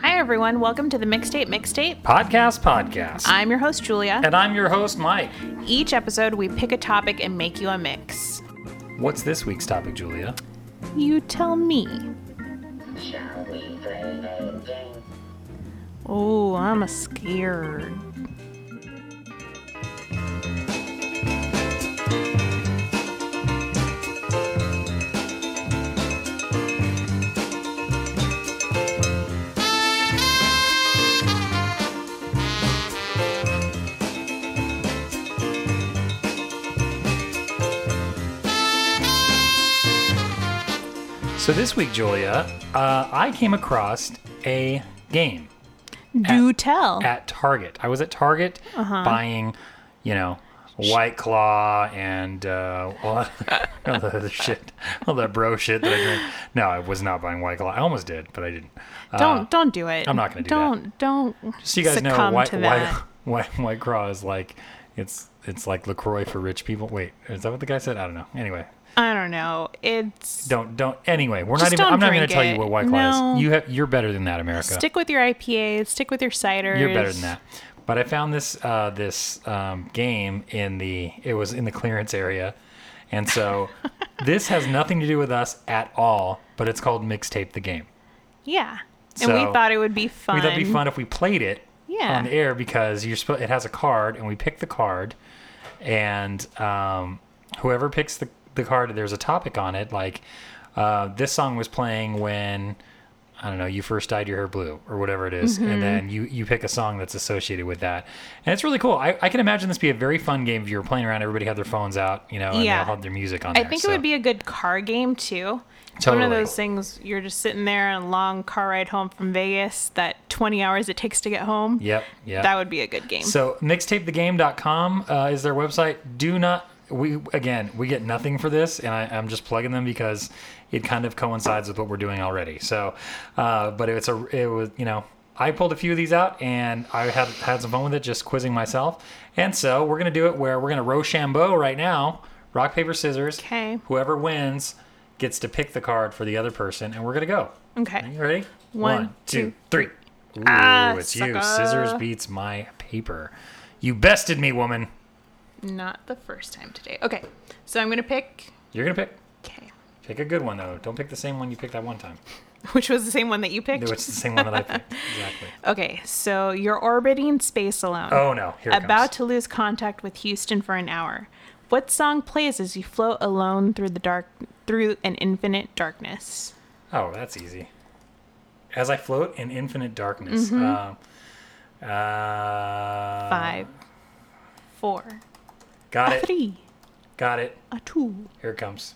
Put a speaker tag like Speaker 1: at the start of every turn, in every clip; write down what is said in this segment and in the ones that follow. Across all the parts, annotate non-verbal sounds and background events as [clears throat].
Speaker 1: Hi, everyone. Welcome to the Mixtape Mixtape.
Speaker 2: Podcast Podcast.
Speaker 1: I'm your host, Julia.
Speaker 2: and I'm your host, Mike.
Speaker 1: Each episode, we pick a topic and make you a mix.
Speaker 2: What's this week's topic, Julia?
Speaker 1: You tell me.
Speaker 3: Shall we play a game?
Speaker 1: Oh, I'm scared.
Speaker 2: So this week, Julia, uh, I came across a game
Speaker 1: Do tell.
Speaker 2: at Target. I was at Target
Speaker 1: Uh-huh.
Speaker 2: buying, you know, White Claw and uh, all, that, [laughs] all that other shit, all that bro shit that I drink. No, I was not buying White Claw. I almost did, but I didn't.
Speaker 1: don't don't do it.
Speaker 2: uh, I'm not gonna do
Speaker 1: don't, that. Don't don't.
Speaker 2: So you guys know
Speaker 1: succumb
Speaker 2: White,
Speaker 1: to
Speaker 2: White,
Speaker 1: that.
Speaker 2: [laughs] White, White Claw is like, it's it's like Lacroix for rich people. Wait, is that what the guy said? I don't know. Anyway,
Speaker 1: I don't know. It's
Speaker 2: Don't don't. Anyway, we're
Speaker 1: Just
Speaker 2: not even.
Speaker 1: don't
Speaker 2: I'm not going to
Speaker 1: drink
Speaker 2: tell
Speaker 1: it.
Speaker 2: you what White Claw
Speaker 1: No.
Speaker 2: is. You have. You're better than that, America.
Speaker 1: stick with your IPAs. Stick with your ciders.
Speaker 2: you're better than that. But I found this uh, this um, game in the. It was in the clearance area,
Speaker 1: [laughs]
Speaker 2: and so this has nothing to do with us at all. But it's called Mixtape the Game.
Speaker 1: Yeah. And
Speaker 2: So,
Speaker 1: we thought it would be fun.
Speaker 2: We thought it'd be fun if we played it
Speaker 1: Yeah.
Speaker 2: on the air because you're supposed. It has a card, and we pick the card, and um, whoever picks the the card, there's a topic on it. Like uh, this song was playing when I don't know you first dyed your hair blue or whatever it is.
Speaker 1: Mm-hmm.
Speaker 2: and then you you pick a song that's associated with that, and it's really cool. I, I can imagine this be a very fun game if you were playing around. Everybody had their phones out, you know, and they
Speaker 1: Yeah.
Speaker 2: all had their music on.
Speaker 1: I
Speaker 2: there,
Speaker 1: think
Speaker 2: so.
Speaker 1: it would be a good car game too. It's One of
Speaker 2: Totally.
Speaker 1: those things you're just sitting there on a long car ride home from Vegas, that 20 hours it takes to get home.
Speaker 2: Yep. Yep.
Speaker 1: That would be a good game.
Speaker 2: So mixtapethegame.com uh, is their website. Do not we again we get nothing for this, and I, I'm just plugging them because it kind of coincides with what we're doing already. So, uh, but it's a it was you know I pulled a few of these out and I had had some fun with it, just quizzing myself. And so we're gonna do it where we're gonna Rochambeau right now, rock paper scissors.
Speaker 1: Okay.
Speaker 2: Whoever wins gets to pick the card for the other person, and we're gonna go.
Speaker 1: okay.
Speaker 2: You ready?
Speaker 1: One,
Speaker 2: One, two,
Speaker 1: two,
Speaker 2: three. Ooh,
Speaker 1: Ah,
Speaker 2: it's you.
Speaker 1: sucker.
Speaker 2: Scissors beats my paper. You bested me, woman.
Speaker 1: Not the first time today. Okay. So I'm going to pick.
Speaker 2: You're gonna pick.
Speaker 1: Okay.
Speaker 2: Pick a good one though. Don't pick the same one you picked that one time.
Speaker 1: [laughs] Which was the same one that you picked?
Speaker 2: No, it's the same one that
Speaker 1: [laughs]
Speaker 2: I picked. Exactly.
Speaker 1: Okay. So you're orbiting space alone.
Speaker 2: Oh no, here it
Speaker 1: about
Speaker 2: comes.
Speaker 1: to lose contact with Houston for an hour. What song plays as you float alone through the dark, through an infinite darkness?
Speaker 2: Oh, that's easy. As I float in infinite darkness.
Speaker 1: Mm-hmm.
Speaker 2: Um uh,
Speaker 1: Five, four, [laughs]
Speaker 2: Got it.
Speaker 1: three,
Speaker 2: Got it.
Speaker 1: a two.
Speaker 2: Here it comes.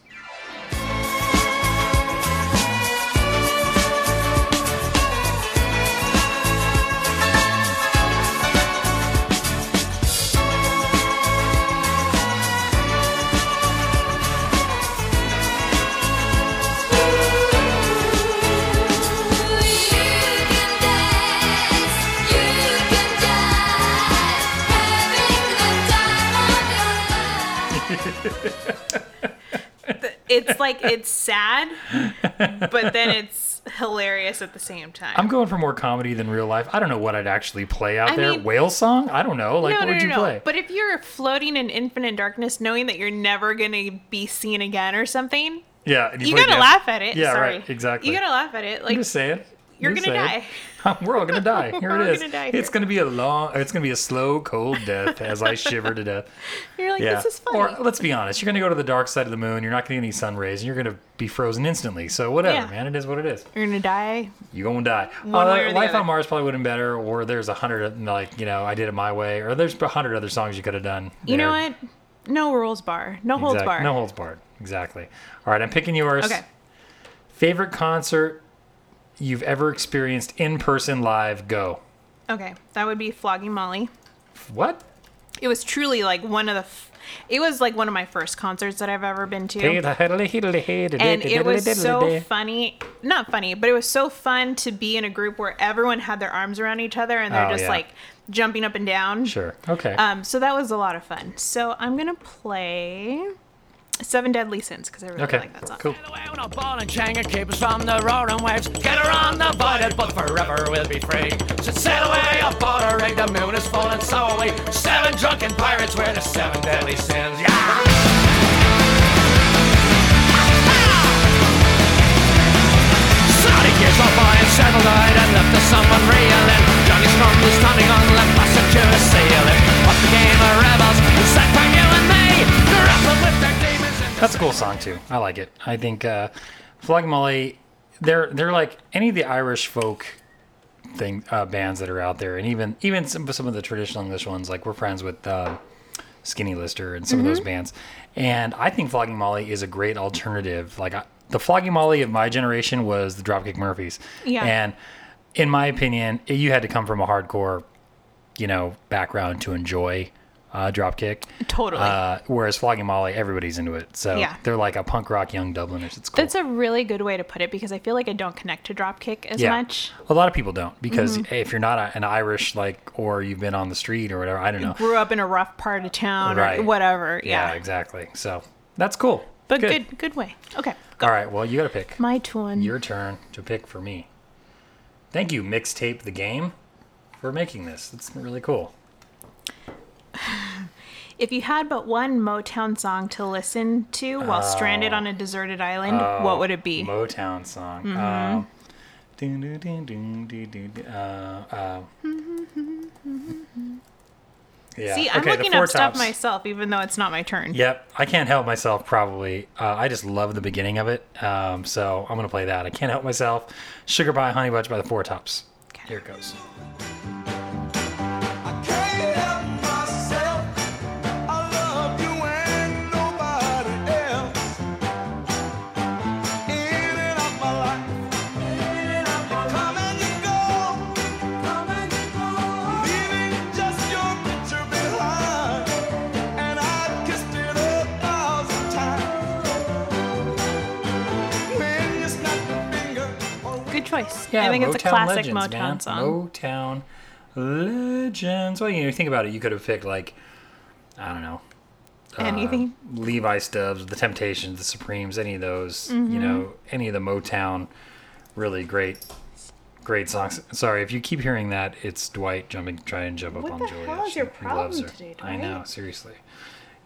Speaker 1: It's like it's sad, but then it's hilarious at the same time.
Speaker 2: I'm going for more comedy than real life. I don't know what I'd actually play out
Speaker 1: I
Speaker 2: there.
Speaker 1: mean-
Speaker 2: Whale song? I don't know. Like
Speaker 1: no,
Speaker 2: what
Speaker 1: no,
Speaker 2: would
Speaker 1: no,
Speaker 2: you
Speaker 1: no.
Speaker 2: play?
Speaker 1: But if you're floating in infinite darkness, knowing that you're never gonna be seen again or something,
Speaker 2: yeah. and
Speaker 1: you
Speaker 2: play
Speaker 1: gotta
Speaker 2: dance.
Speaker 1: laugh at it.
Speaker 2: Yeah,
Speaker 1: Sorry.
Speaker 2: right. Exactly.
Speaker 1: You gotta laugh at it. Like
Speaker 2: I'm just saying.
Speaker 1: you're
Speaker 2: Just
Speaker 1: gonna
Speaker 2: [laughs] saying. We're all gonna die. Here
Speaker 1: [laughs] We're all
Speaker 2: it is.
Speaker 1: gonna die
Speaker 2: It's
Speaker 1: here.
Speaker 2: gonna be a long. It's gonna be a slow, cold death as I shiver to death.
Speaker 1: you're like,
Speaker 2: Yeah.
Speaker 1: [laughs] this is funny.
Speaker 2: Or let's be honest, you're gonna go to the dark side of the moon. You're not gonna get any sun rays, and you're gonna be frozen instantly. So whatever,
Speaker 1: Yeah.
Speaker 2: man. It is what it is.
Speaker 1: you're gonna die.
Speaker 2: You gonna die.
Speaker 1: One way or
Speaker 2: Although
Speaker 1: the
Speaker 2: Life
Speaker 1: other.
Speaker 2: on Mars probably would have been better. Or there's a hundred like you know I did it my way. Or there's a hundred other songs you could have done.
Speaker 1: You know
Speaker 2: there.
Speaker 1: what? No rules bar. No holds
Speaker 2: Exact-
Speaker 1: bar.
Speaker 2: No holds barred. Exactly. All right, I'm picking yours.
Speaker 1: Okay.
Speaker 2: Favorite concert you've ever experienced in person live? Go.
Speaker 1: Okay. That would be flogging Molly.
Speaker 2: What?
Speaker 1: It was truly like one of the. F- it was like one of my first concerts that I've ever been to. and
Speaker 2: And
Speaker 1: it was so funny not funny but it was so fun to be in a group where everyone had their arms around each other and they're
Speaker 2: Oh,
Speaker 1: just
Speaker 2: yeah.
Speaker 1: like jumping up and down
Speaker 2: Sure. Okay.
Speaker 1: um, so that was a lot of fun so i'm gonna play Seven Deadly Sins because I really
Speaker 2: Okay.
Speaker 1: like that song.
Speaker 2: Cool.
Speaker 4: When a ball and chain it keeps us from the roaring waves. Get her on the boarded, but forever we'll be free. So sail away aboard her rig, the moon is full and so are we. Seven drunken pirates, we're the seven deadly sins. Yeah! Sonic gives up on his satellite and left to someone reeling. Johnny Storm is standing on left passenger sailing. What became of rebels? It's that for you and me. They're up with their demons. and
Speaker 2: That's a cool song too. I like it. I think uh, Flogmully, they're they're like any of the Irish folk thing uh, bands that are out there, and even even some some of the traditional English ones. Like we're friends with uh, Skinny Lister and some of
Speaker 1: Mm-hmm.
Speaker 2: those bands, and I think Flogging Molly is a great alternative. Like I, the Flogging Molly of my generation was the Dropkick Murphys,
Speaker 1: Yeah.
Speaker 2: and in my opinion, you had to come from a hardcore, you know, background to enjoy uh, Dropkick.
Speaker 1: Totally.
Speaker 2: Uh, whereas Flogging Molly, everybody's into it. So
Speaker 1: Yeah.
Speaker 2: they're like a punk rock young Dubliners. It's cool.
Speaker 1: That's a really good way to put it because I feel like I don't connect to Dropkick as
Speaker 2: yeah.
Speaker 1: much. Mm-hmm.
Speaker 2: A lot of people don't because if you're not a, an Irish, like, or you've been on the street or whatever, I don't know.
Speaker 1: Grew up in a rough part of town
Speaker 2: Right.
Speaker 1: or whatever. Yeah.
Speaker 2: exactly. So that's cool.
Speaker 1: But good. good way. Okay.
Speaker 2: All right. Well, you got to pick.
Speaker 1: My turn.
Speaker 2: Your turn to pick for me. Thank you, Mixtape the Game, for making this. It's really cool.
Speaker 1: If you had but one Motown song to listen to while stranded
Speaker 2: Oh.
Speaker 1: on a deserted island, what would it be?
Speaker 2: Motown song.
Speaker 1: Mm-hmm.
Speaker 2: Um, dun, dun, dun, dun, dun, dun, dun, uh, uh. Yeah.
Speaker 1: See,
Speaker 2: okay,
Speaker 1: I'm
Speaker 2: the
Speaker 1: looking
Speaker 2: Four
Speaker 1: up stuff
Speaker 2: Tops.
Speaker 1: myself, even though it's not my turn.
Speaker 2: Yep, I can't help myself. Probably, uh, I just love the beginning of it. Um, so I'm gonna play that. I can't help myself. Sugar Pie Honey Bunch by the Four Tops.
Speaker 1: Okay.
Speaker 2: Here it goes.
Speaker 5: I can't help myself. I love you and nobody else. In and out my life, you come and you go, leaving just your picture behind. And I kissed it a thousand times. When you snap your finger, or
Speaker 1: Good choice. I think it's a classic Motown
Speaker 2: man.
Speaker 1: song.
Speaker 2: Motown legends. Well, you know, think about it. You could have picked like, I don't know, Uh,
Speaker 1: Anything.
Speaker 2: Levi Stubbs, The Temptations, The Supremes, any of those.
Speaker 1: Mm-hmm.
Speaker 2: You know, any of the Motown, really great, great songs. Sorry if you keep hearing that. It's Dwight jumping, trying to jump up
Speaker 1: What
Speaker 2: on
Speaker 1: the
Speaker 2: Julia.
Speaker 1: hell is your
Speaker 2: he loves
Speaker 1: problem
Speaker 2: her.
Speaker 1: today,
Speaker 2: I
Speaker 1: Dwight?
Speaker 2: know, seriously.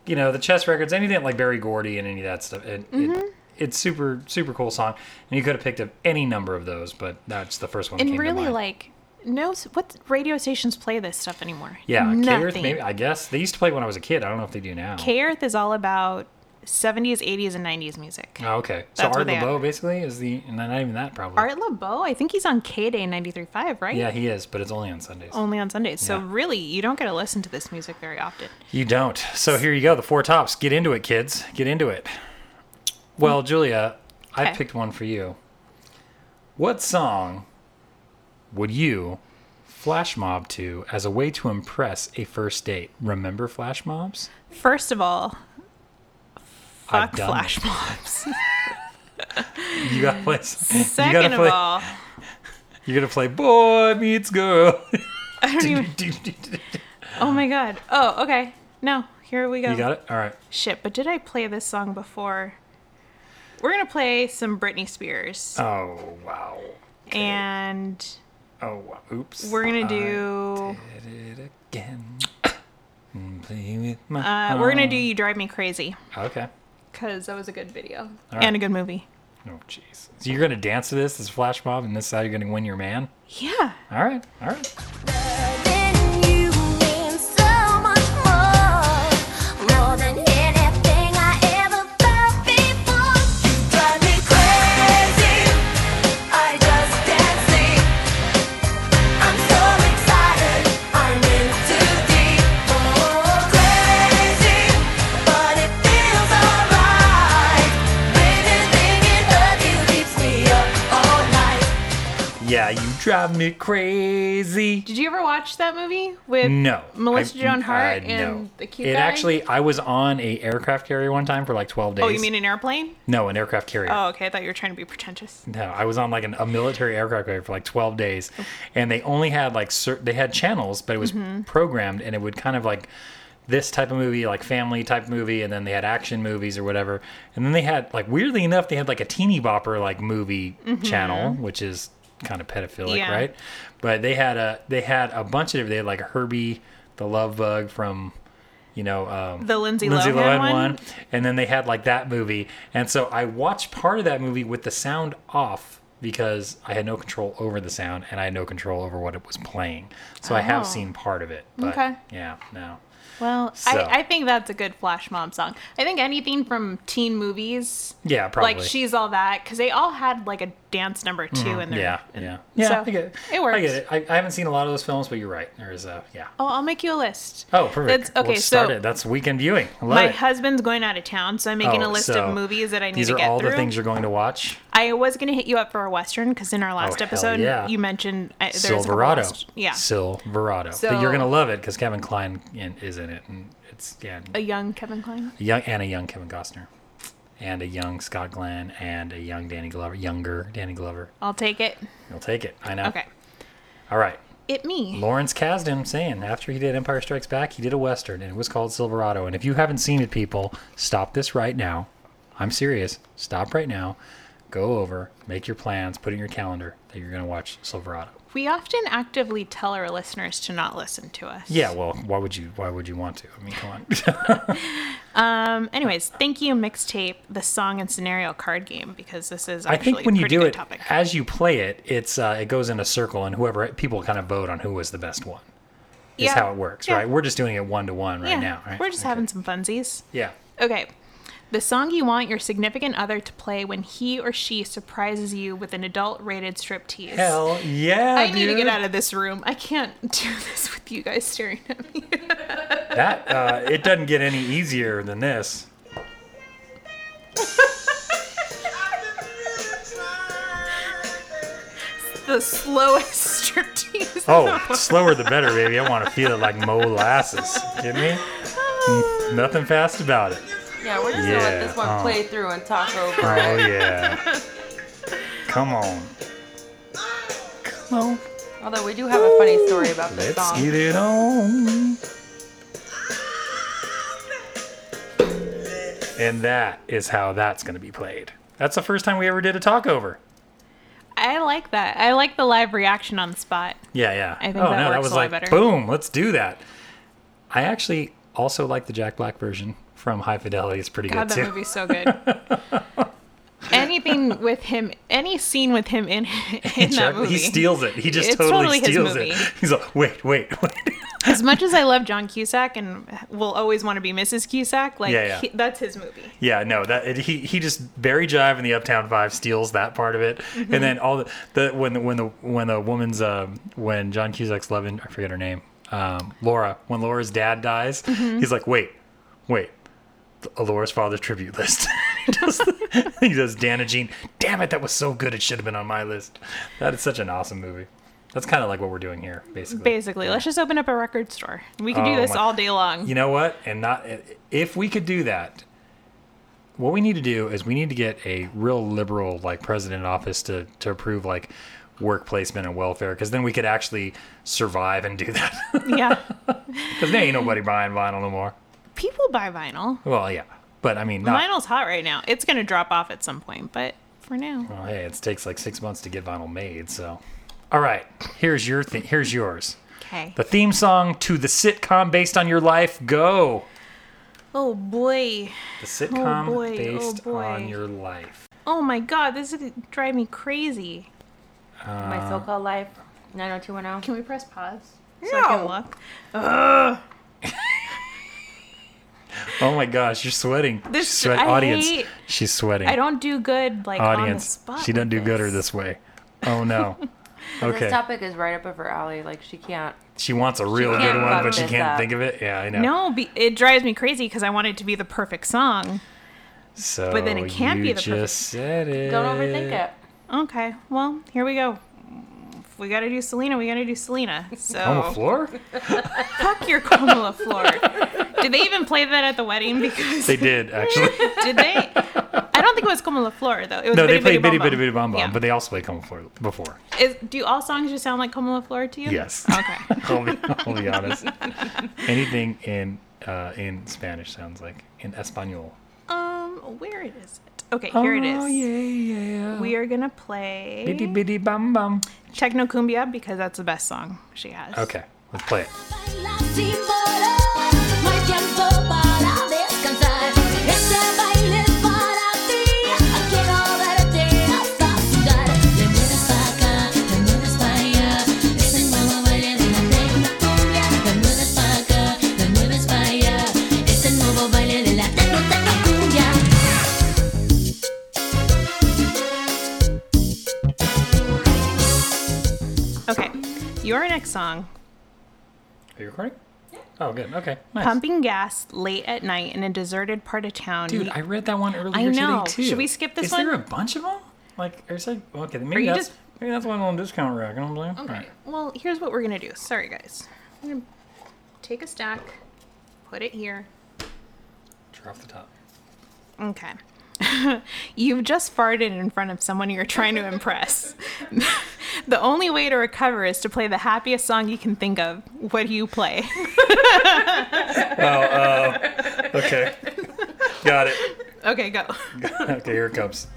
Speaker 2: You know, the chess records, anything like Barry Gordy and any of that stuff. It,
Speaker 1: Mm-hmm.
Speaker 2: it, it's super, super cool song, and you could have picked up any number of those, but that's the first one. that
Speaker 1: and
Speaker 2: came to
Speaker 1: really,
Speaker 2: mind.
Speaker 1: like, no, s- what radio stations play this stuff anymore?
Speaker 2: yeah, K Earth.
Speaker 1: Nothing.
Speaker 2: Maybe I guess they used to play when I was a kid. I don't know if they do now.
Speaker 1: K-Earth is all about 70s, 80s, and 90s music.
Speaker 2: oh, okay, so
Speaker 1: That's what
Speaker 2: Art
Speaker 1: they
Speaker 2: LeBeau
Speaker 1: are.
Speaker 2: basically is the, and not even that probably.
Speaker 1: Art LeBeau, I think he's on K-Day 93.5, right?
Speaker 2: Yeah, he is, but it's only on Sundays.
Speaker 1: Only on Sundays. So
Speaker 2: Yeah.
Speaker 1: really, you don't get to listen to this music very often.
Speaker 2: You don't. So here you go. The four tops. Get into it, kids. Get into it. Well, Julia, I
Speaker 1: Mm. Okay.
Speaker 2: picked one for you. What song would you flash mob to as a way to impress a first date? Remember flash mobs?
Speaker 1: First of all,
Speaker 2: I've
Speaker 1: fuck
Speaker 2: done
Speaker 1: flash mobs.
Speaker 2: You gotta play. [laughs] you
Speaker 1: Second
Speaker 2: gotta play,
Speaker 1: of all,
Speaker 2: you gotta play boy meets girl. [laughs]
Speaker 1: I don't even. Oh my god. Oh, okay. No, here we go.
Speaker 2: you got it. All right.
Speaker 1: Shit, but did I play this song before? We're gonna play some Britney Spears,
Speaker 2: Oh wow.
Speaker 1: and
Speaker 2: Oh wow. Oops.
Speaker 1: we're gonna
Speaker 2: I
Speaker 1: do.
Speaker 2: did it again. Mm, Play with my.
Speaker 1: Uh, we're gonna do
Speaker 2: Um,
Speaker 1: "You Drive Me Crazy"
Speaker 2: Okay.
Speaker 1: because that was a good video
Speaker 2: right.
Speaker 1: and a good movie.
Speaker 2: Oh, jeez. So you're gonna dance to this, this flash mob, and this is how you're gonna win your man?
Speaker 1: Yeah.
Speaker 2: All right, all right.
Speaker 6: Than you mean so much more, more than anything I ever thought before. You drive me crazy. I just can't sleep. I'm so excited. I'm in too deep. Oh, crazy, but it feels alright. Baby, thinking of you keeps me up all night.
Speaker 2: Yeah, you drive me crazy.
Speaker 1: Did you ever watch that movie with
Speaker 2: No,
Speaker 1: Melissa
Speaker 2: I-
Speaker 1: Joan Hart
Speaker 2: I-
Speaker 1: and
Speaker 2: no.
Speaker 1: the cute
Speaker 2: It
Speaker 1: guy?
Speaker 2: actually, I was on a aircraft carrier one time for like 12 days.
Speaker 1: Oh, you mean an airplane?
Speaker 2: no, an aircraft carrier?
Speaker 1: Oh, okay. I thought you were trying to be pretentious.
Speaker 2: No, I was on like an, a military aircraft carrier for like 12 days,
Speaker 1: Mm-hmm.
Speaker 2: and they only had like cer- they had channels, but it was programmed, and it would kind of like this type of movie, like family type movie, and then they had action movies or whatever. And then they had like weirdly enough, they had like a teeny bopper like movie channel, which is kind of pedophilic,
Speaker 1: Mm-hmm. Yeah.
Speaker 2: right? But they had a they had a bunch of they had like Herbie the Love Bug from you know um,
Speaker 1: The Lindsay Lohan one?
Speaker 2: and then they had like that movie and so i watched part of that movie with the sound off because i had no control over the sound and i had no control over what it was playing so i
Speaker 1: Oh.
Speaker 2: have seen part of it but
Speaker 1: Okay.
Speaker 2: yeah no
Speaker 1: Well,
Speaker 2: So.
Speaker 1: I, I think that's a good flash mob song. I think anything from teen movies,
Speaker 2: yeah probably Mm-hmm.
Speaker 1: like She's All That, because they all had like a dance number too in their.
Speaker 2: yeah yeah yeah
Speaker 1: so,
Speaker 2: I get it.
Speaker 1: it
Speaker 2: i
Speaker 1: works.
Speaker 2: get it I, I haven't seen a lot of those films but you're right there is a yeah
Speaker 1: Oh, I'll make you a list.
Speaker 2: oh perfect
Speaker 1: That's, okay,
Speaker 2: Let's
Speaker 1: so
Speaker 2: start it. that's weekend viewing I love
Speaker 1: my
Speaker 2: it
Speaker 1: husband's going out of town, so I'm making
Speaker 2: Oh,
Speaker 1: a list
Speaker 2: so
Speaker 1: of movies that I need
Speaker 2: these
Speaker 1: to
Speaker 2: are
Speaker 1: get
Speaker 2: all
Speaker 1: through.
Speaker 2: the things you're going to watch
Speaker 1: I was gonna hit you up for a western because in our last
Speaker 2: hell
Speaker 1: episode
Speaker 2: yeah.
Speaker 1: you mentioned I, there's a couple
Speaker 2: Silverado.
Speaker 1: west- yeah,
Speaker 2: Silverado. but you're
Speaker 1: So-
Speaker 2: gonna love it because Kevin Klein in, is in it, and it's yeah,
Speaker 1: a young Kevin Klein.
Speaker 2: a young and a young Kevin Costner, and a young Scott Glenn, and a young Danny Glover, younger Danny Glover.
Speaker 1: I'll take it.
Speaker 2: You'll take it. I know.
Speaker 1: Okay,
Speaker 2: All right.
Speaker 1: it me.
Speaker 2: Lawrence Kasdan saying after he did Empire Strikes Back, he did a western, and it was called Silverado. And if you haven't seen it, people, stop this right now. I'm serious. Stop right now. Go over, make your plans, put in your calendar that you're gonna watch Silverado.
Speaker 1: We often actively tell our listeners to not listen to us.
Speaker 2: Yeah, well, why would you? Why would you want to? I mean, come
Speaker 1: [laughs]
Speaker 2: on.
Speaker 1: Um, anyways, thank you, mixtape, the song and scenario card game, because this is
Speaker 2: I
Speaker 1: actually
Speaker 2: think when
Speaker 1: a
Speaker 2: you
Speaker 1: pretty
Speaker 2: do
Speaker 1: good
Speaker 2: it
Speaker 1: topic.
Speaker 2: as you play it, it's uh, it goes in a circle, and whoever people kind of vote on who was the best one. Is
Speaker 1: Yeah.
Speaker 2: how it works,
Speaker 1: Yeah.
Speaker 2: right? We're just doing it one to one right
Speaker 1: yeah,
Speaker 2: now, right?
Speaker 1: we're just
Speaker 2: Okay.
Speaker 1: having some funsies.
Speaker 2: yeah.
Speaker 1: Okay. The song you want your significant other to play when he or she surprises you with an adult rated striptease.
Speaker 2: Hell yeah!
Speaker 1: I need to get
Speaker 2: dude.
Speaker 1: out of this room. I can't [laughs] do this with you guys staring at me.
Speaker 2: that. Uh, it doesn't get any easier
Speaker 1: [laughs]
Speaker 2: than this.
Speaker 1: The slowest [laughs] striptease.
Speaker 2: Oh, slower the better, baby. I want to feel it like molasses.
Speaker 1: [laughs]
Speaker 2: Get me? Nothing fast about it.
Speaker 7: Yeah, we're just gonna
Speaker 2: Yeah,
Speaker 7: let this one
Speaker 2: uh.
Speaker 7: play through and talk over
Speaker 2: Oh
Speaker 1: [laughs]
Speaker 7: it.
Speaker 2: yeah. Come on. Come on.
Speaker 7: Although we do have a funny story about
Speaker 2: Let's
Speaker 7: this song.
Speaker 2: get it on. And that is how that's going to be played. That's the first time we ever did a talkover.
Speaker 1: I like that. I like the live reaction on the spot.
Speaker 2: Yeah, yeah. Oh,
Speaker 1: I think that works
Speaker 2: was
Speaker 1: a lot
Speaker 2: like,
Speaker 1: better.
Speaker 2: boom, let's do that. I actually also like the Jack Black version from High Fidelity. It's pretty
Speaker 1: God,
Speaker 2: good
Speaker 1: that
Speaker 2: too.
Speaker 1: movie's so
Speaker 2: [laughs]
Speaker 1: good. Anything with him, any scene with him
Speaker 2: [laughs]
Speaker 1: in in that
Speaker 2: Jack-
Speaker 1: movie.
Speaker 2: He steals it. He just
Speaker 1: It's totally
Speaker 2: totally,
Speaker 1: his
Speaker 2: steals
Speaker 1: movie.
Speaker 2: it. [laughs] He's like, wait, wait, wait.
Speaker 1: As much as I love John Cusack and will always want to be Mrs. Cusack, like
Speaker 2: Yeah, yeah.
Speaker 1: He, that's his movie.
Speaker 2: Yeah, no, that it, he he just Barry Jive and the Uptown Five steals that part of it, and then all the, the when the when the when the woman's um, when John Cusack's loving I forget her name um, Laura when Laura's dad dies he's like wait wait a Laura's father's tribute list [laughs] He does the- he does Dana Jean damn it that was so good it should have been on my list that is such an awesome movie that's kind of like what we're doing here basically
Speaker 1: Basically, let's just open up a record store. We can do
Speaker 2: Oh
Speaker 1: this
Speaker 2: my-
Speaker 1: all day long.
Speaker 2: you know what? And not if we could do that. What we need to do is we need to get a real liberal like president in office to to approve like work placement and welfare because then we could actually survive and do [laughs] that
Speaker 1: yeah,
Speaker 2: because there ain't nobody buying vinyl no more.
Speaker 1: people buy vinyl.
Speaker 2: Well, yeah, but I mean, not,
Speaker 1: Vinyl's hot right now. It's gonna drop off at some point, but for now,
Speaker 2: well, hey, it takes like six months to get vinyl made. So, all right, here's your thing. Here's yours.
Speaker 1: okay.
Speaker 2: The theme song to the sitcom based on your life. Go.
Speaker 1: Oh boy.
Speaker 2: The sitcom
Speaker 1: boy, oh
Speaker 2: based
Speaker 1: boy.
Speaker 2: on your life.
Speaker 1: Oh my God, this is gonna drive me crazy.
Speaker 7: My so-called life, 90210.
Speaker 1: Can we press pause? So I can
Speaker 7: No.
Speaker 1: look.
Speaker 2: Oh my gosh, you're sweating.
Speaker 1: This-
Speaker 2: She's sweat-
Speaker 1: I
Speaker 2: audience.
Speaker 1: hate-
Speaker 2: She's sweating.
Speaker 1: I don't do good like on the
Speaker 2: audience.
Speaker 1: spot.
Speaker 2: she doesn't do
Speaker 1: like
Speaker 2: gooder this way.
Speaker 1: [laughs]
Speaker 2: Oh no.
Speaker 7: This
Speaker 2: okay.
Speaker 7: topic is right up of her alley. Like she can't.
Speaker 2: She wants a real
Speaker 7: can't
Speaker 2: good one,
Speaker 7: fuck
Speaker 2: but she
Speaker 7: this
Speaker 2: can't
Speaker 7: up.
Speaker 2: think of it. Yeah, I know.
Speaker 1: No, be, it drives me crazy because I want it to be the perfect song.
Speaker 2: So
Speaker 1: but then it can't
Speaker 2: you
Speaker 1: be the
Speaker 2: just
Speaker 1: perfect-
Speaker 2: said it.
Speaker 7: Don't overthink
Speaker 2: Uh,
Speaker 7: it.
Speaker 1: Okay, well, here we go. If we gotta do Selena, we gotta do Selena.
Speaker 2: On the
Speaker 1: So [laughs]
Speaker 2: floor?
Speaker 1: fuck your Como floor. Did they even play that at the wedding? Because
Speaker 2: They did actually.
Speaker 1: did they? I don't think it was Como La Flor though. It was
Speaker 2: [laughs] No, they
Speaker 1: Bitty
Speaker 2: played Bitty
Speaker 1: Bitty Bom Bom.
Speaker 2: Bitty Bitty Bom Bom,
Speaker 1: Yeah.
Speaker 2: but they also played Come Floor before.
Speaker 1: Is, do all songs [laughs] just sound like Como La Flor to you?
Speaker 2: Yes.
Speaker 1: Okay. [laughs]
Speaker 2: I'll be, I'll be honest. Anything in uh, in Spanish sounds like in Espanol.
Speaker 1: Um, where is it? Okay, here it is.
Speaker 2: Oh yeah, yeah.
Speaker 1: We are gonna play
Speaker 2: Bitty bitty bum bum.
Speaker 1: Techno Cumbia because that's the best song she has.
Speaker 2: Okay, let's play it.
Speaker 6: Bailar sin parar, no hay tiempo para descansar. Este baile es para ti, quiero verte hasta sudar. Te mueves para acá, te mueves para allá, es el nuevo baile de la tecnocumbia. Te mueves para acá, te mueves para allá, es el nuevo baile de la tecno tecnocumbia.
Speaker 1: Okay. Your next song,
Speaker 2: Are you recording? Oh, good. Okay. Nice.
Speaker 1: Pumping Gas Late at Night in a Deserted Part of Town.
Speaker 2: Dude,
Speaker 1: You-
Speaker 2: I read that one earlier
Speaker 1: I know.
Speaker 2: today too.
Speaker 1: Should we skip this
Speaker 2: Is there a
Speaker 1: one?
Speaker 2: bunch of them? Like, is there, okay, maybe
Speaker 1: you
Speaker 2: that's
Speaker 1: just-
Speaker 2: maybe that's one on discount rack. I don't blame.
Speaker 1: Okay. Well, here's what we're gonna do. Sorry, guys. I'm gonna take a stack, put it here.
Speaker 2: Drop the top.
Speaker 1: Okay. [laughs] You've just farted in front of someone you're trying to impress. [laughs] the only way to recover is to play the happiest song you can think of. What do you play? [laughs] [laughs]
Speaker 2: Okay. Got it.
Speaker 1: okay, go.
Speaker 2: Okay, here it comes.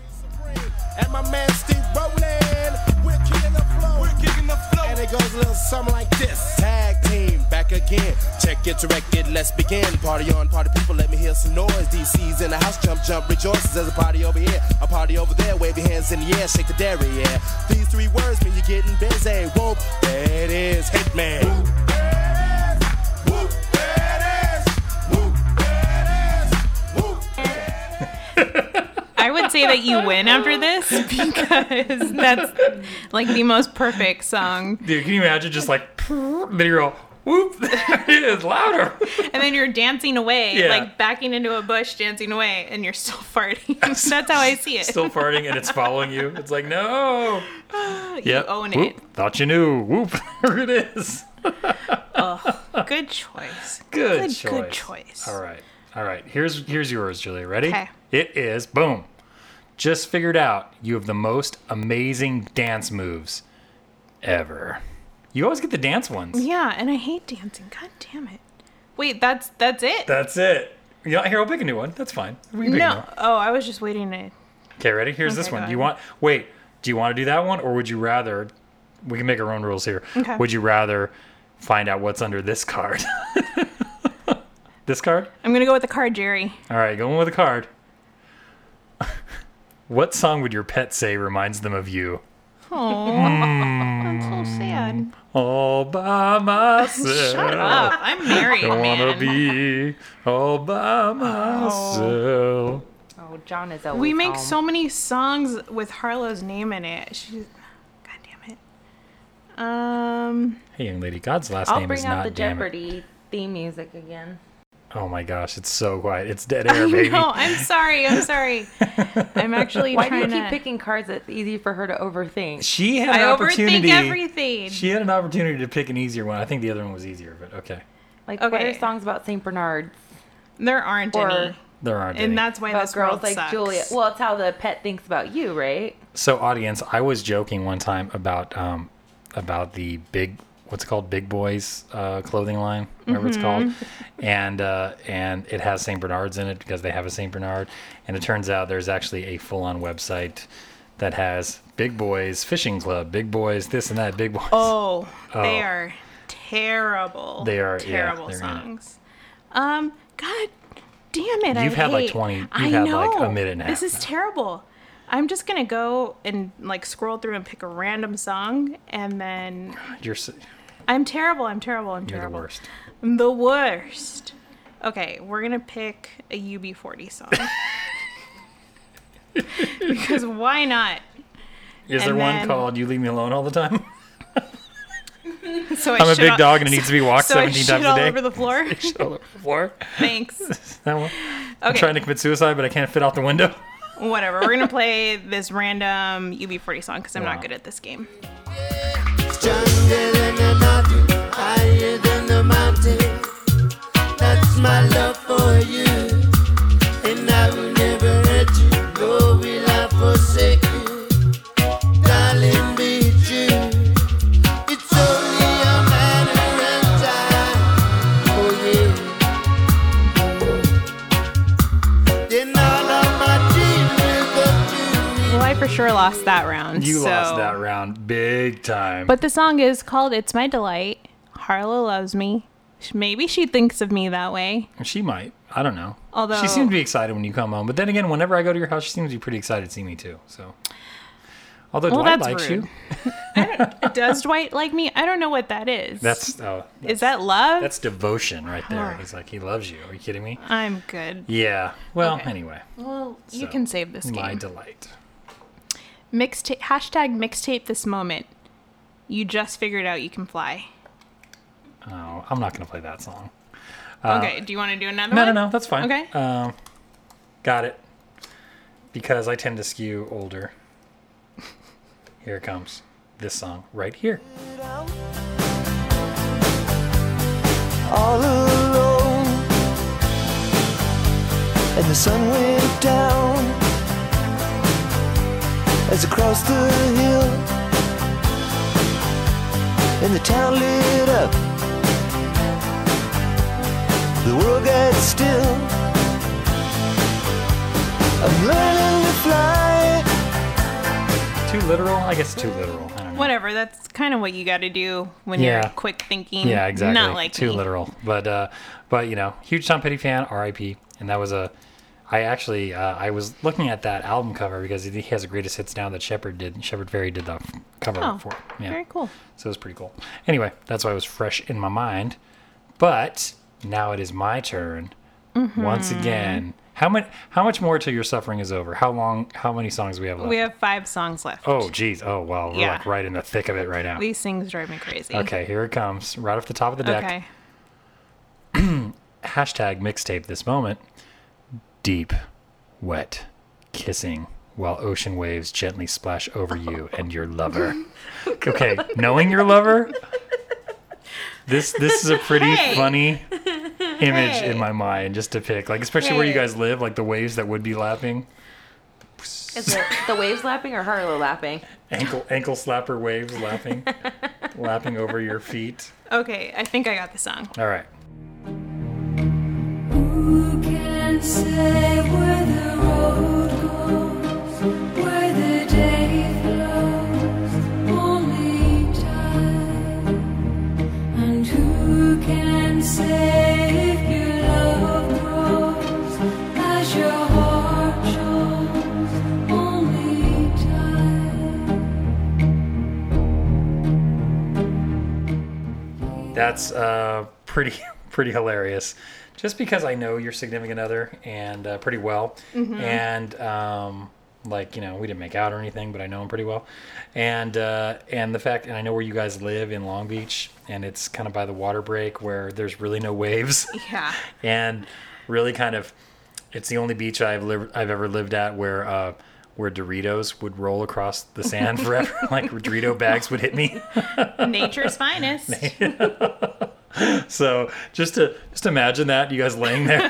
Speaker 8: And my man Steve Rowland, we're kicking the flow.
Speaker 5: We're kicking the flow.
Speaker 8: And it goes a little something like this. Tag team, back again. Check it, direct it, let's begin. Party on, party people, let me hear some noise. DC's in the house, jump, jump, rejoices. There's a party over here, a party over there. Wave your hands in the air, shake the dairy, yeah. These three words mean you're getting busy. Whoop, that is Hitman. Whoop, that is. Whoop, that is. Whoop, that is.
Speaker 1: I would say that you win after this [laughs] because that's like the most perfect song.
Speaker 2: Dude, can you imagine just like [laughs] then you're all whoop? [laughs] it is louder.
Speaker 1: And then you're dancing away,
Speaker 2: Yeah.
Speaker 1: like backing into a bush, dancing away, and you're still [laughs]
Speaker 2: [laughs]
Speaker 1: farting. that's how I see it.
Speaker 2: Still farting and it's following you. It's like no.
Speaker 1: You own
Speaker 2: Whoop. Thought you knew. Whoop. [laughs] there it is.
Speaker 1: it. Good choice.
Speaker 2: Good,
Speaker 1: Good-
Speaker 2: choice.
Speaker 1: good choice.
Speaker 2: All right. All right. Here's here's yours, Julia. Ready?
Speaker 1: 'Kay.
Speaker 2: It is boom. Just figured out you have the most amazing dance moves ever. You always get the dance ones.
Speaker 1: Yeah, and I hate dancing. God damn it. Wait, that's that's it?
Speaker 2: That's it. Yeah, here I'll pick a new one. That's fine. We can pick a new
Speaker 1: no.
Speaker 2: one.
Speaker 1: Oh, I was just waiting to
Speaker 2: Okay, ready? Here's this
Speaker 1: Okay,
Speaker 2: one.
Speaker 1: go
Speaker 2: Do you
Speaker 1: ahead.
Speaker 2: want? Wait. Do you want to do that one, or would you rather? We can make our own rules here.
Speaker 1: Okay.
Speaker 2: Would you rather find out what's under this card? [laughs] this card.
Speaker 1: I'm gonna go with the card, Jerry.
Speaker 2: All right, going with a card. what song would your pet say reminds them of you? Hmm.
Speaker 1: Oh, that's so sad.
Speaker 2: All by myself.
Speaker 1: Shut up. I'm married,
Speaker 2: Don't
Speaker 1: man.
Speaker 2: wanna
Speaker 1: Oh.
Speaker 2: be all by myself.
Speaker 7: Oh, John is always
Speaker 1: we make
Speaker 7: home.
Speaker 1: so many songs with Harlow's name in it. She's, God damn it. Um,
Speaker 2: Hey, young lady, God's last
Speaker 7: I'll
Speaker 2: name
Speaker 7: bring
Speaker 2: is
Speaker 7: out
Speaker 2: not
Speaker 7: the
Speaker 2: damn it.
Speaker 7: Jeopardy theme music again.
Speaker 2: Oh my gosh, it's so quiet. It's dead air,
Speaker 1: I
Speaker 2: baby.
Speaker 1: know. I'm sorry. I'm
Speaker 2: [laughs]
Speaker 1: sorry. I'm actually
Speaker 7: Why do you
Speaker 1: trying
Speaker 7: keep
Speaker 1: to.
Speaker 7: picking cards that's easy for her to overthink?
Speaker 2: She had
Speaker 1: I
Speaker 2: an
Speaker 1: overthink
Speaker 2: opportunity.
Speaker 1: everything.
Speaker 2: She had an opportunity to pick an easier one. I think the other one was easier, but okay.
Speaker 7: Like, what
Speaker 1: Okay.
Speaker 7: are songs about St. Bernard
Speaker 1: there aren't
Speaker 7: or
Speaker 1: any,
Speaker 2: There aren't any.
Speaker 1: and that's why
Speaker 7: about
Speaker 1: this
Speaker 7: girls
Speaker 1: world
Speaker 7: like
Speaker 1: sucks.
Speaker 7: Julia? Well, it's how the pet thinks about you, right?
Speaker 2: So, audience, I was joking one time about um, about the big what's it called Big Boys uh, clothing line, whatever it's called,
Speaker 1: Mm-hmm.
Speaker 2: and uh, and it has Saint Bernards in it because they have a Saint Bernard, and it turns out there's actually a full on website that has Big Boys Fishing Club, Big Boys this and that, Big Boys.
Speaker 1: Oh, they are terrible.
Speaker 2: They are- yeah,
Speaker 1: terrible
Speaker 2: they're not.
Speaker 1: songs. Um, God damn it! I
Speaker 2: You've had, like,
Speaker 1: hate-
Speaker 2: 20 you've
Speaker 1: I
Speaker 2: had,
Speaker 1: know.
Speaker 2: like, a minute and a
Speaker 1: This
Speaker 2: half
Speaker 1: is terrible. I'm just gonna go and like scroll through and pick a random song, and then
Speaker 2: You're s-
Speaker 1: I'm terrible. I'm terrible. I'm
Speaker 2: you're the
Speaker 1: terrible.
Speaker 2: worst.
Speaker 1: I'm the worst. Okay, we're gonna pick a UB40
Speaker 2: [laughs]
Speaker 1: song because why not? And
Speaker 2: Is there
Speaker 1: then-
Speaker 2: one called "You Leave Me Alone All the Time"?
Speaker 1: So [laughs] I
Speaker 2: I'm a
Speaker 1: shit
Speaker 2: big
Speaker 1: all-
Speaker 2: dog and it needs to be walked
Speaker 1: so I
Speaker 2: 17
Speaker 1: shit
Speaker 2: times a
Speaker 1: all
Speaker 2: day. [laughs]
Speaker 1: over the floor.
Speaker 2: All over the floor.
Speaker 1: Thanks.
Speaker 2: That one. I'm
Speaker 1: Okay.
Speaker 2: trying to commit suicide, but I can't fit out the window.
Speaker 1: Whatever. We're gonna
Speaker 2: [laughs]
Speaker 1: play this random UB40 song because I'm
Speaker 2: Wow.
Speaker 1: not good at this game.
Speaker 9: Stronger than the mountain, higher than the mountain. That's my love for you. And I will never let you go, will I forsake you? Darling, be true. It's only a matter of time. Oh, yeah.
Speaker 1: lost that round.
Speaker 2: You
Speaker 1: so-
Speaker 2: lost that round big time.
Speaker 1: But the song is called It's My Delight. Harlow loves me. Maybe she thinks of me that way.
Speaker 2: she might. I don't know.
Speaker 1: Although-
Speaker 2: she seems to be excited when you come home. But then again, whenever I go to your house, she seems to be pretty excited to see me too. So, although
Speaker 1: Well,
Speaker 2: Dwight
Speaker 1: that's
Speaker 2: likes
Speaker 1: rude.
Speaker 2: you,
Speaker 1: Does
Speaker 2: [laughs]
Speaker 1: Dwight like me? I don't know what that is.
Speaker 2: that's oh,
Speaker 1: is that love?
Speaker 2: that's devotion right there. He's like, he loves you. Are you kidding me?
Speaker 1: I'm good.
Speaker 2: Yeah. Well,
Speaker 1: Okay.
Speaker 2: anyway,
Speaker 1: Well, you
Speaker 2: So,
Speaker 1: can save this game.
Speaker 2: my delight.
Speaker 1: Mixta- hashtag mixtape this moment. You just figured out you can fly.
Speaker 2: Oh, I'm not gonna play that song.
Speaker 1: okay, do you want to do another
Speaker 2: Uh, No, no,
Speaker 1: one?
Speaker 2: no. That's fine.
Speaker 1: Okay.
Speaker 2: Um, got it. Because I tend to skew older. Here it comes. This song right here.
Speaker 5: all alone. And the sun went down as across the hill. And the town lit up. The world got still. I'm learning to fly.
Speaker 2: Too literal? I guess too literal. I don't know.
Speaker 1: Whatever. That's kind of what you got to do when
Speaker 2: Yeah.
Speaker 1: you're quick thinking.
Speaker 2: Yeah, exactly.
Speaker 1: Not like
Speaker 2: too
Speaker 1: me.
Speaker 2: literal. But uh, but you know, huge Tom Petty fan. R.I.P. And that was a. I actually uh, I was looking at that album cover because he has a greatest hits now that Shepard did. Shepard Fairey did the cover
Speaker 1: Oh,
Speaker 2: for. it. Yeah.
Speaker 1: very cool.
Speaker 2: So it was pretty cool. Anyway, that's why it was fresh in my mind. But now it is my turn.
Speaker 1: Mm-hmm.
Speaker 2: Once again, how much how much more till your suffering is over? How long? How many songs do we have left?
Speaker 1: We have five songs left.
Speaker 2: oh, geez. Oh, wow. We're
Speaker 1: Yeah.
Speaker 2: like right in the thick of it right now.
Speaker 1: These things drive me crazy.
Speaker 2: Okay, here it comes. Right off the top of the deck.
Speaker 1: Okay.
Speaker 2: Hashtag mixtape this moment. Deep, wet, kissing while ocean waves gently splash over you and your lover. Okay, knowing your lover. This this is a pretty funny image in my mind just to pick. Like especially where you
Speaker 7: Hey.
Speaker 2: guys live, like the waves that would be lapping.
Speaker 7: Is
Speaker 2: [laughs]
Speaker 7: it the waves lapping or Harlow lapping?
Speaker 2: Ankle ankle slapper waves lapping. lapping over your feet.
Speaker 1: Okay, I think I got the song.
Speaker 2: All right.
Speaker 6: Who can say where the road goes, where the day flows? Only time. And who can say if your love grows as your heart shows? Only time.
Speaker 2: That's uh, pretty [laughs] pretty hilarious. Just because I know your significant other and uh, pretty well, and um, like you know, we didn't make out or anything, but I know him pretty well, and uh, and the fact, and I know where you guys live in Long Beach, and it's kind of by the water break where there's really no waves
Speaker 1: Yeah.
Speaker 2: [laughs] and really kind of it's the only beach I've lived I've ever lived at where uh where Doritos would roll across the sand forever [laughs] like Dorito bags would hit me.
Speaker 1: Nature's
Speaker 2: [laughs]
Speaker 1: finest.
Speaker 2: So just to just imagine that you guys laying
Speaker 1: [laughs]
Speaker 2: there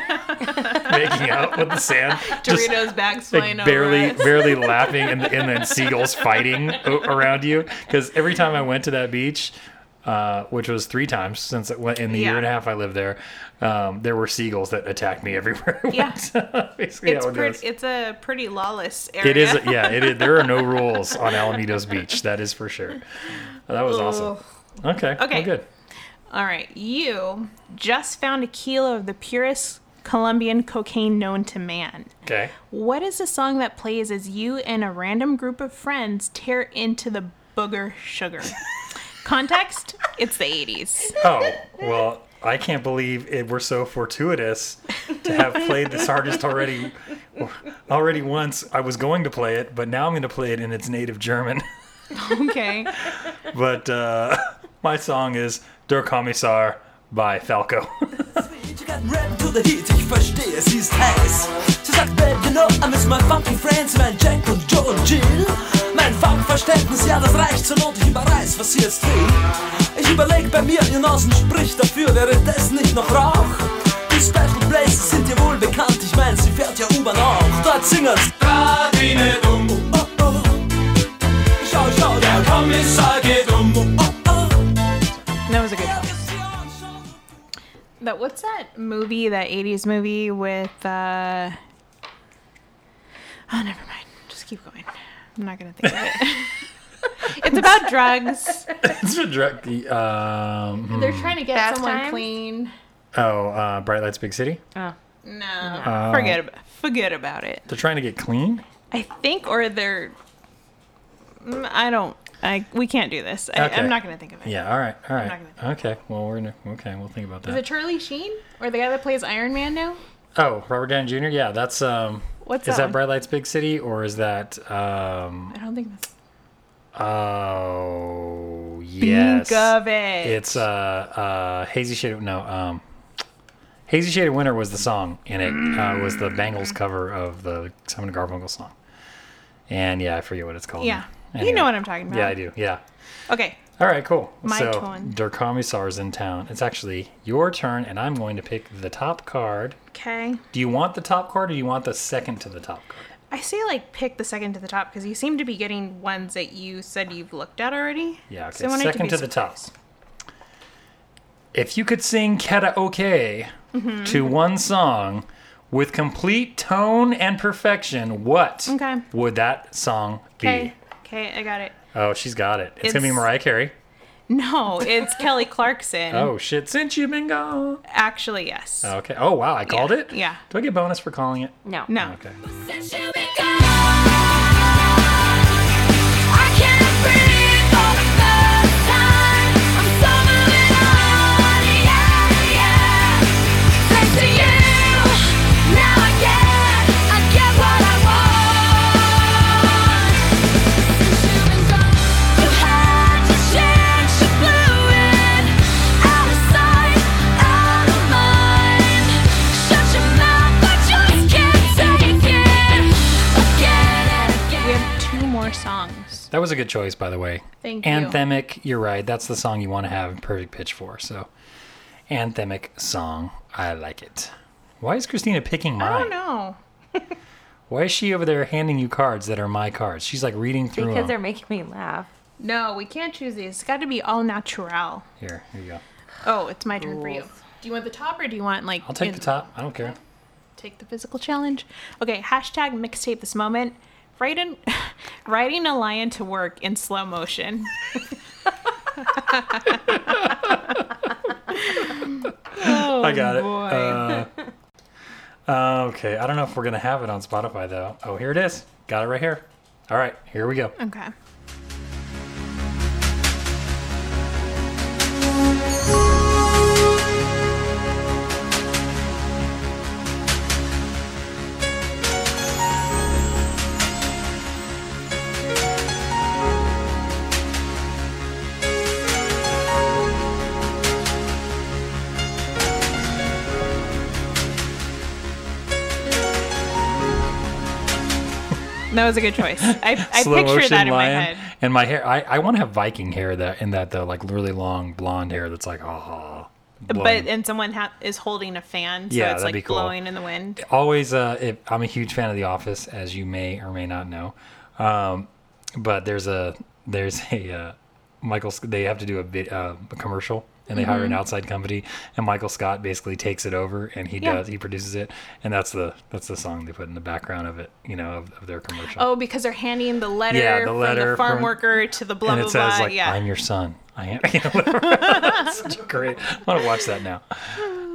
Speaker 2: making out with the sand. just,
Speaker 1: Doritos bags
Speaker 2: like
Speaker 1: flying
Speaker 2: barely
Speaker 1: over. us. [laughs]
Speaker 2: barely laughing and, and then seagulls fighting o- around you because every time i went to that beach uh, which was three times since it went in the year
Speaker 1: Yeah.
Speaker 2: and a half i lived there um, there were seagulls that attacked me everywhere I
Speaker 1: Yeah.
Speaker 2: went. [laughs] Basically,
Speaker 1: It's
Speaker 2: how it
Speaker 1: pretty.
Speaker 2: goes.
Speaker 1: It's a pretty lawless area.
Speaker 2: it is yeah it is there are no rules on alamitos beach that is for sure that was awesome okay
Speaker 1: Okay.
Speaker 2: well, good
Speaker 1: All right, you just found a kilo of the purest Colombian cocaine known to man.
Speaker 2: okay
Speaker 1: What is the song that plays as you and a random group of friends tear into the booger [laughs] sugar? Context? It's the 80s.
Speaker 2: Oh, well, I can't believe it, we're so fortuitous to have played this artist already already once. I was going to play it, but now I'm going to play it in its native German. [laughs]
Speaker 1: Okay.
Speaker 2: But uh, my song is Der Kommissar by Falco. [laughs]
Speaker 5: She got red to the heat, ich verstehe, sie ist heiß. Sie sagt, babe, you know, I miss my funky friends, mein Jack und Joe und Jill. Mein Funkverständnis, ja, das reicht zur Not, ich überreiß, was sie jetzt will. Ich überleg bei mir, ihr Nasen spricht dafür, wäre das nicht noch Rauch? Die Special Places sind ihr wohl bekannt, ich mein, sie fährt ja U-Bahn auch. Dort singen's. Radine dumm. Oh, oh, oh. Schau, schau, der Kommissar geht um. Oh, oh,
Speaker 1: That was a good one.
Speaker 5: oh.
Speaker 1: That, what's that movie, that 80s movie with. Uh... Oh, never mind. Just keep going. I'm not gonna think of it. [laughs] it's about drugs.
Speaker 2: It's a drug. Um, hmm.
Speaker 1: They're trying to get
Speaker 7: Fast
Speaker 1: someone
Speaker 7: Times?
Speaker 1: clean.
Speaker 2: oh, uh, Bright Lights, Big City.
Speaker 7: Oh.
Speaker 1: No, forget about forget about it.
Speaker 2: They're trying to get clean.
Speaker 1: I think, or they're. Mm, I don't. I we can't do this. I,
Speaker 2: Okay.
Speaker 1: I'm not gonna think of it. Is
Speaker 2: Yeah. All right. All right.
Speaker 1: not gonna
Speaker 2: Okay. Well, we're gonna, okay. We'll think about that.
Speaker 1: it Charlie Sheen or the guy that plays Iron Man now?
Speaker 2: oh, Robert Downey Jr. Yeah, that's um.
Speaker 1: What's that
Speaker 2: is that
Speaker 1: one?
Speaker 2: Bright Lights, Big City, or is that um?
Speaker 1: I don't think that's.
Speaker 2: Oh, yes.
Speaker 1: Think of it.
Speaker 2: It's uh, uh, Hazy Shade. of- No, um, Hazy Shade of Winter was the song, and it uh, was
Speaker 1: Mm.
Speaker 2: the Bangles cover of the Simon and Garfunkel song. And yeah, I forget what it's called.
Speaker 1: Yeah.
Speaker 2: now.
Speaker 1: You know what I'm talking about.
Speaker 2: Yeah, I do. Yeah.
Speaker 1: Okay.
Speaker 2: All right, cool.
Speaker 1: My
Speaker 2: so
Speaker 1: turn.
Speaker 2: Der Kommissar's in town. It's actually your turn, and I'm going to pick the top card.
Speaker 1: Okay.
Speaker 2: Do you want the top card, or do you want the second to the top card?
Speaker 1: I say like pick the second to the top because you seem to be getting ones that you said you've looked at already.
Speaker 2: Yeah,
Speaker 1: So I
Speaker 2: okay.
Speaker 1: wanted to
Speaker 2: Second
Speaker 1: be
Speaker 2: to the top.
Speaker 1: surprised.
Speaker 2: If you could sing karaoke
Speaker 1: Mm-hmm.
Speaker 2: to one song with complete tone and perfection, what
Speaker 1: Okay.
Speaker 2: would that song be?
Speaker 1: Okay. Okay, I got it.
Speaker 2: Oh, she's got it. It's, gonna be
Speaker 1: It's-
Speaker 2: Mariah Carey.
Speaker 1: No, [laughs] it's Kelly Clarkson.
Speaker 2: Oh shit! Since you've been gone.
Speaker 1: Actually, yes.
Speaker 2: Okay. Oh wow, I called it.
Speaker 1: yeah.
Speaker 2: Do I get bonus for calling it?
Speaker 7: No.
Speaker 1: No.
Speaker 2: Okay.
Speaker 1: We have two more songs.
Speaker 2: That was a good choice, by the way.
Speaker 1: Thank you.
Speaker 2: Anthemic. You're right. That's the song you want to have in perfect pitch for. So, anthemic song. I like it. Why is Christina picking mine?
Speaker 1: I don't know.
Speaker 2: Why is she over there handing you cards that are my cards? She's like reading through
Speaker 7: Because they're
Speaker 2: them.
Speaker 7: making me laugh.
Speaker 1: No, we can't choose these. It's got to be all natural.
Speaker 2: Here, here you go.
Speaker 1: Oh, it's my turn for you. Do you want the top or do you want like?
Speaker 2: I'll take
Speaker 1: in-
Speaker 2: the top. I don't care.
Speaker 1: Take the physical challenge. Okay. Hashtag mixtape this moment. [laughs] Riding, riding a lion to work in slow motion. oh,
Speaker 2: I got it.
Speaker 1: boy.
Speaker 2: Uh, uh, okay. I don't know if we're gonna have it on Spotify though. Oh, here it is. Got it right here. All right, here we go.
Speaker 1: okay. That was a good choice. I, I picture that in my head.
Speaker 2: and my hair. I, I want to have Viking hair that in that though, like really long blonde hair that's like oh. blowing.
Speaker 1: But and someone ha- is holding a fan, so
Speaker 2: Yeah,
Speaker 1: it's
Speaker 2: that'd be
Speaker 1: like
Speaker 2: cool.
Speaker 1: blowing in the wind.
Speaker 2: always uh if, i'm a huge fan of the office as you may or may not know um but there's a there's [laughs] a uh michael Sc- they have to do a bit uh, a commercial and they
Speaker 1: Mm-hmm.
Speaker 2: hire an outside company and michael scott basically takes it over and he
Speaker 1: Yeah.
Speaker 2: does he produces it and that's the that's the song they put in the background of it you know of, of their commercial
Speaker 1: Oh, because they're handing the letter,
Speaker 2: Yeah, the
Speaker 1: from
Speaker 2: letter
Speaker 1: the farm
Speaker 2: from-
Speaker 1: worker to the blah
Speaker 2: and
Speaker 1: blah
Speaker 2: it says
Speaker 1: blah.
Speaker 2: like
Speaker 1: yeah,
Speaker 2: i'm your son i am [laughs] you know, [laughs] whatever.
Speaker 1: [laughs]
Speaker 2: such a great i want to watch that now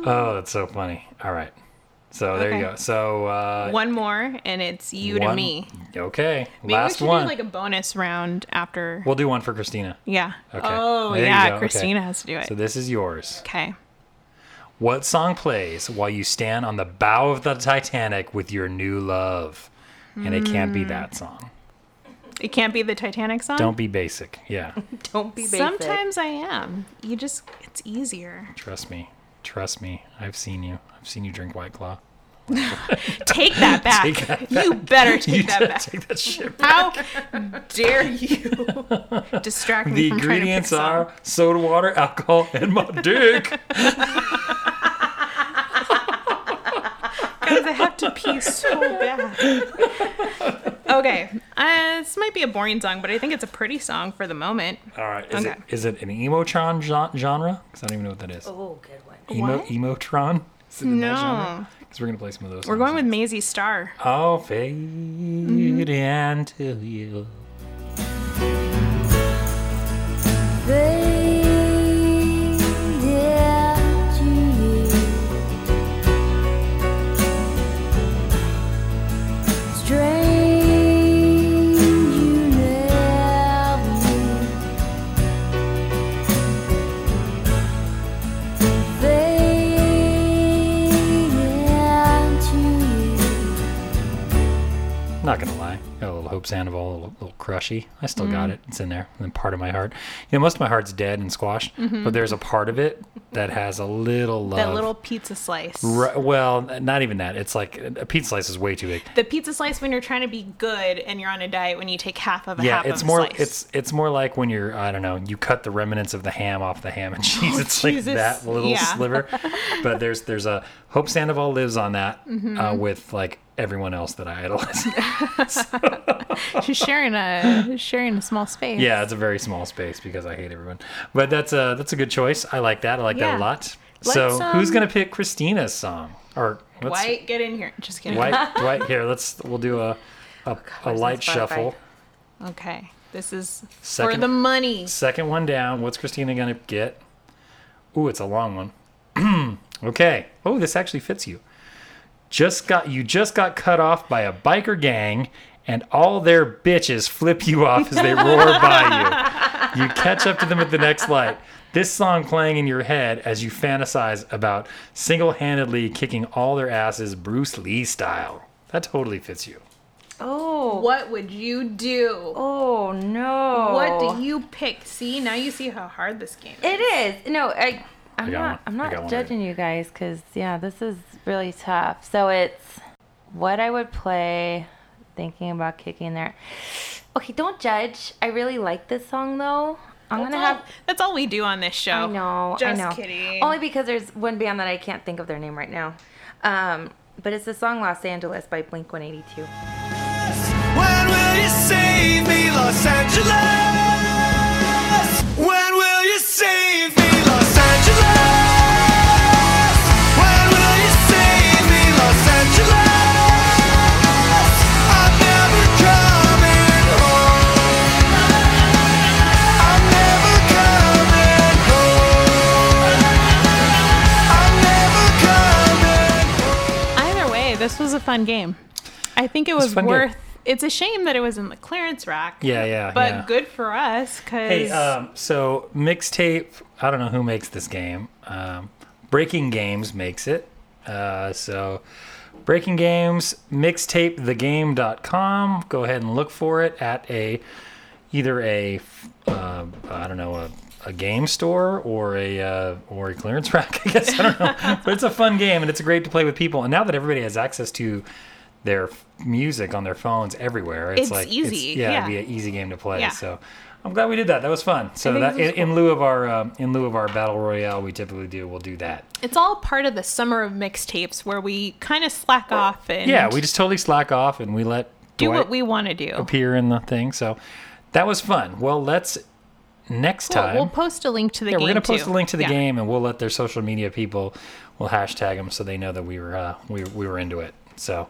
Speaker 2: oh that's so funny all right so there you
Speaker 1: Okay.
Speaker 2: go so uh
Speaker 1: one more, and it's you to
Speaker 2: One-
Speaker 1: me.
Speaker 2: Okay,
Speaker 1: Maybe we
Speaker 2: last
Speaker 1: should
Speaker 2: one.
Speaker 1: do like a bonus round after.
Speaker 2: we'll do one for Christina.
Speaker 1: yeah.
Speaker 2: Okay.
Speaker 1: Oh
Speaker 2: There you go,
Speaker 1: yeah,
Speaker 2: okay.
Speaker 1: Christina has to do it.
Speaker 2: So this is yours.
Speaker 1: okay.
Speaker 2: What song plays while you stand on the bow of the Titanic with your new love? And it can't
Speaker 1: Hmm.
Speaker 2: be that song.
Speaker 1: It can't be the Titanic song.
Speaker 2: Don't be basic. Yeah,
Speaker 7: Don't be basic.
Speaker 1: Sometimes I am. You just, it's easier.
Speaker 2: trust me. Trust me. I've seen you. I've seen you drink White Claw.
Speaker 1: Take
Speaker 2: [laughs]
Speaker 1: that back.
Speaker 2: Take that
Speaker 1: You better take
Speaker 2: [laughs] you
Speaker 1: that
Speaker 2: did
Speaker 1: back.
Speaker 2: take
Speaker 1: [laughs]
Speaker 2: that shit. back.
Speaker 1: How [laughs] dare
Speaker 2: [laughs]
Speaker 1: you distract me
Speaker 2: The
Speaker 1: from
Speaker 2: ingredients
Speaker 1: trying to pick
Speaker 2: are soda water, alcohol, and
Speaker 1: [laughs]
Speaker 2: my dick.
Speaker 1: Guys, I have to pee so
Speaker 2: [laughs]
Speaker 1: bad. Okay, uh, this might be a boring song, but I think it's a pretty song for the moment.
Speaker 2: All right. Is,
Speaker 1: Okay. Uh,
Speaker 2: it, is it an emotron gen- genre? Because I don't even know what that is.
Speaker 7: Oh, good one.
Speaker 2: Emo,
Speaker 1: What?
Speaker 2: emotron? Is it in that
Speaker 1: No.
Speaker 2: genre? 'Cause we're gonna play some of those.
Speaker 1: We're going with Mm-hmm. Maisie Star.
Speaker 2: I'll fade into you. Not gonna lie, got a little Hope Sandoval, a little, little crushy. I still
Speaker 1: Mm-hmm.
Speaker 2: got it. It's in there, in part of my heart. You know, most of my heart's dead and squashed, but there's a part of it that has a little love.
Speaker 1: Mm-hmm. That little pizza slice.
Speaker 2: Ri- well, not even that. It's like a pizza slice is way too big.
Speaker 1: The pizza slice when you're trying to be good and you're on a diet when you take half of a
Speaker 2: Yeah,
Speaker 1: half
Speaker 2: it's
Speaker 1: of
Speaker 2: more
Speaker 1: a slice.
Speaker 2: it's it's more like when you're I don't know you cut the remnants of the ham off the ham and [laughs] cheese. it's
Speaker 1: Oh, Jesus.
Speaker 2: like that little
Speaker 1: Yeah.
Speaker 2: sliver.
Speaker 1: [laughs]
Speaker 2: But there's there's a Hope Sandoval lives on that uh,
Speaker 1: Mm-hmm.
Speaker 2: with like everyone else that I idolize.
Speaker 1: [laughs]
Speaker 2: [laughs]
Speaker 1: She's sharing a sharing a small space.
Speaker 2: yeah, it's a very small space because I hate everyone. But that's a that's a good choice. I like that. I like that
Speaker 1: Yeah.
Speaker 2: a lot.
Speaker 1: Let's,
Speaker 2: so who's
Speaker 1: um,
Speaker 2: gonna pick Christina's song or let's,
Speaker 1: Dwight, get in here. Just kidding.
Speaker 2: White
Speaker 1: [laughs]
Speaker 2: White here. Let's we'll do a
Speaker 1: Oh,
Speaker 2: a, a
Speaker 7: on
Speaker 2: light
Speaker 7: Spotify.
Speaker 2: shuffle.
Speaker 1: Okay. This is for
Speaker 2: Second-
Speaker 1: the money.
Speaker 2: Second one down. What's Christina going to get? Ooh, it's a long one. [clears throat] okay. Oh, this actually fits you. Just got you just got cut off by a biker gang and all their bitches flip you off as they roar by you. You catch up to them at the next light. This song playing in your head as you fantasize about single-handedly kicking all their asses Bruce Lee style. That totally fits you.
Speaker 7: Oh.
Speaker 1: What would you do?
Speaker 7: Oh no.
Speaker 1: What do you pick? See, now you see how hard this game is.
Speaker 7: It is. No, I. I'm
Speaker 2: got
Speaker 7: not.
Speaker 2: one.
Speaker 7: I'm
Speaker 2: I got
Speaker 7: not
Speaker 2: one
Speaker 7: judging you guys because yeah, this is really tough. So it's what I would play. Thinking about kicking there. Okay, don't judge. I really like this song though. I'm gonna have.
Speaker 1: That's all we do on this show.
Speaker 7: I know.
Speaker 1: Just
Speaker 7: I know.
Speaker 1: kidding.
Speaker 7: Only because there's one band that I can't think of their name right now. Um, but it's the song Los Angeles by Blink 182.
Speaker 4: When will you save me, Los Angeles? When will you save me, Los Angeles? When will you save me, Los Angeles? I'm never coming home. I'm never coming home. I'm never coming
Speaker 1: Either way, this was a fun game. I think it
Speaker 2: was
Speaker 1: was
Speaker 2: a fun game.
Speaker 1: worth. It's a shame that it was in the clearance rack.
Speaker 2: Yeah, yeah.
Speaker 1: But
Speaker 2: yeah.
Speaker 1: good for us because
Speaker 2: Hey, um, so mixtape. I don't know who makes this game. Um, Breaking Games makes it. Uh, so Breaking Games mixtapethegame.com. Go ahead and look for it at a either a uh, I don't know a, a game store or a uh, or a clearance [laughs] rack. I guess I don't know, but it's a fun game and it's great to play with people. And now that everybody has access to their f- music on their phones everywhere, it's,
Speaker 1: It's
Speaker 2: like
Speaker 1: easy,
Speaker 2: yeah,
Speaker 1: yeah.
Speaker 2: it'd be an easy game to play.
Speaker 1: Yeah.
Speaker 2: So I'm glad we did that. That was fun. So
Speaker 1: think
Speaker 2: that
Speaker 1: this
Speaker 2: in,
Speaker 1: was
Speaker 2: in lieu of our um, in lieu of our battle royale, we typically do. We'll do that.
Speaker 1: it's all part of the summer of mixtapes where we kind of slack off and
Speaker 2: Yeah, we just totally slack off and we let
Speaker 1: do
Speaker 2: Dwight
Speaker 1: what we want to do.
Speaker 2: appear in the thing. So that was fun. Well, let's next
Speaker 1: Cool.
Speaker 2: time.
Speaker 1: We'll post a link to the
Speaker 2: yeah,
Speaker 1: game.
Speaker 2: we're gonna post
Speaker 1: too.
Speaker 2: a link to the
Speaker 1: Yeah.
Speaker 2: game, and we'll let their social media people, we'll hashtag them so they know that we were uh, we we were into it. So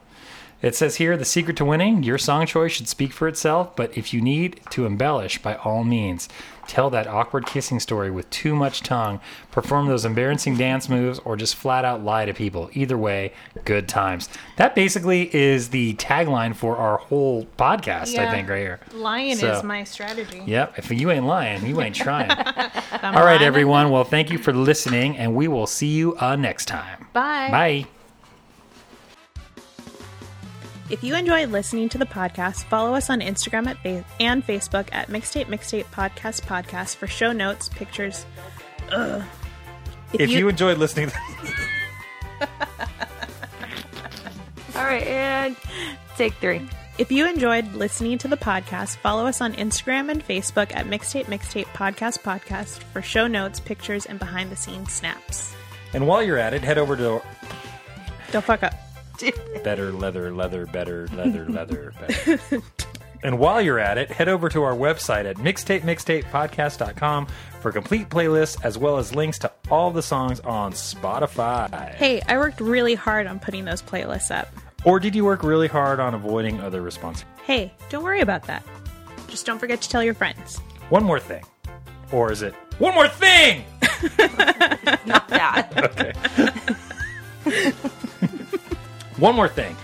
Speaker 2: it says here the secret to winning: your song choice should speak for itself, but if you need to embellish, by all means, tell that awkward kissing story with too much tongue, perform those embarrassing dance moves, or just flat out lie to people. Either way, good times. That basically is the tagline for our whole podcast. I
Speaker 1: Yeah.
Speaker 2: think right here.
Speaker 1: Lion
Speaker 2: So-
Speaker 1: is my strategy.
Speaker 2: Yep. If you ain't lying, you
Speaker 1: [laughs]
Speaker 2: ain't trying. All right, everyone. Well, thank you for listening, and we will see you uh, next time.
Speaker 1: Bye.
Speaker 2: Bye.
Speaker 1: If you enjoyed listening to the podcast, follow us on Instagram at fa- and Facebook at Mixtape Mixtape Podcast Podcast for show notes, pictures. Ugh.
Speaker 10: If you enjoyed listening,
Speaker 2: [laughs]
Speaker 7: All right, and take three.
Speaker 1: If you enjoyed listening to the podcast, follow us on Instagram and Facebook at Mixtape Mixtape Podcast Podcast for show notes, pictures, and behind the scenes snaps.
Speaker 10: and while you're at it, head over to
Speaker 1: Don't fuck up. [laughs]
Speaker 10: Better Leather Leather Better Leather Leather Better.
Speaker 2: and while you're at it, head over to our website at mixtapemixtapepodcast.com for complete playlists as well as links to all the songs on Spotify.
Speaker 1: Hey, I worked really hard on putting those playlists up.
Speaker 2: Or did you work really hard on avoiding other responses?
Speaker 1: Hey, don't worry about that. Just don't forget to tell your friends.
Speaker 2: One more thing. Or is it one more thing?
Speaker 7: that.
Speaker 2: Okay. One more thing.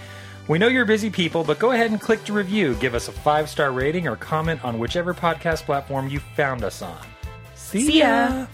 Speaker 2: We know you're busy people, but go ahead and click to review. Give us a five star rating or comment on whichever podcast platform you found us on. See,
Speaker 1: See ya.
Speaker 2: ya.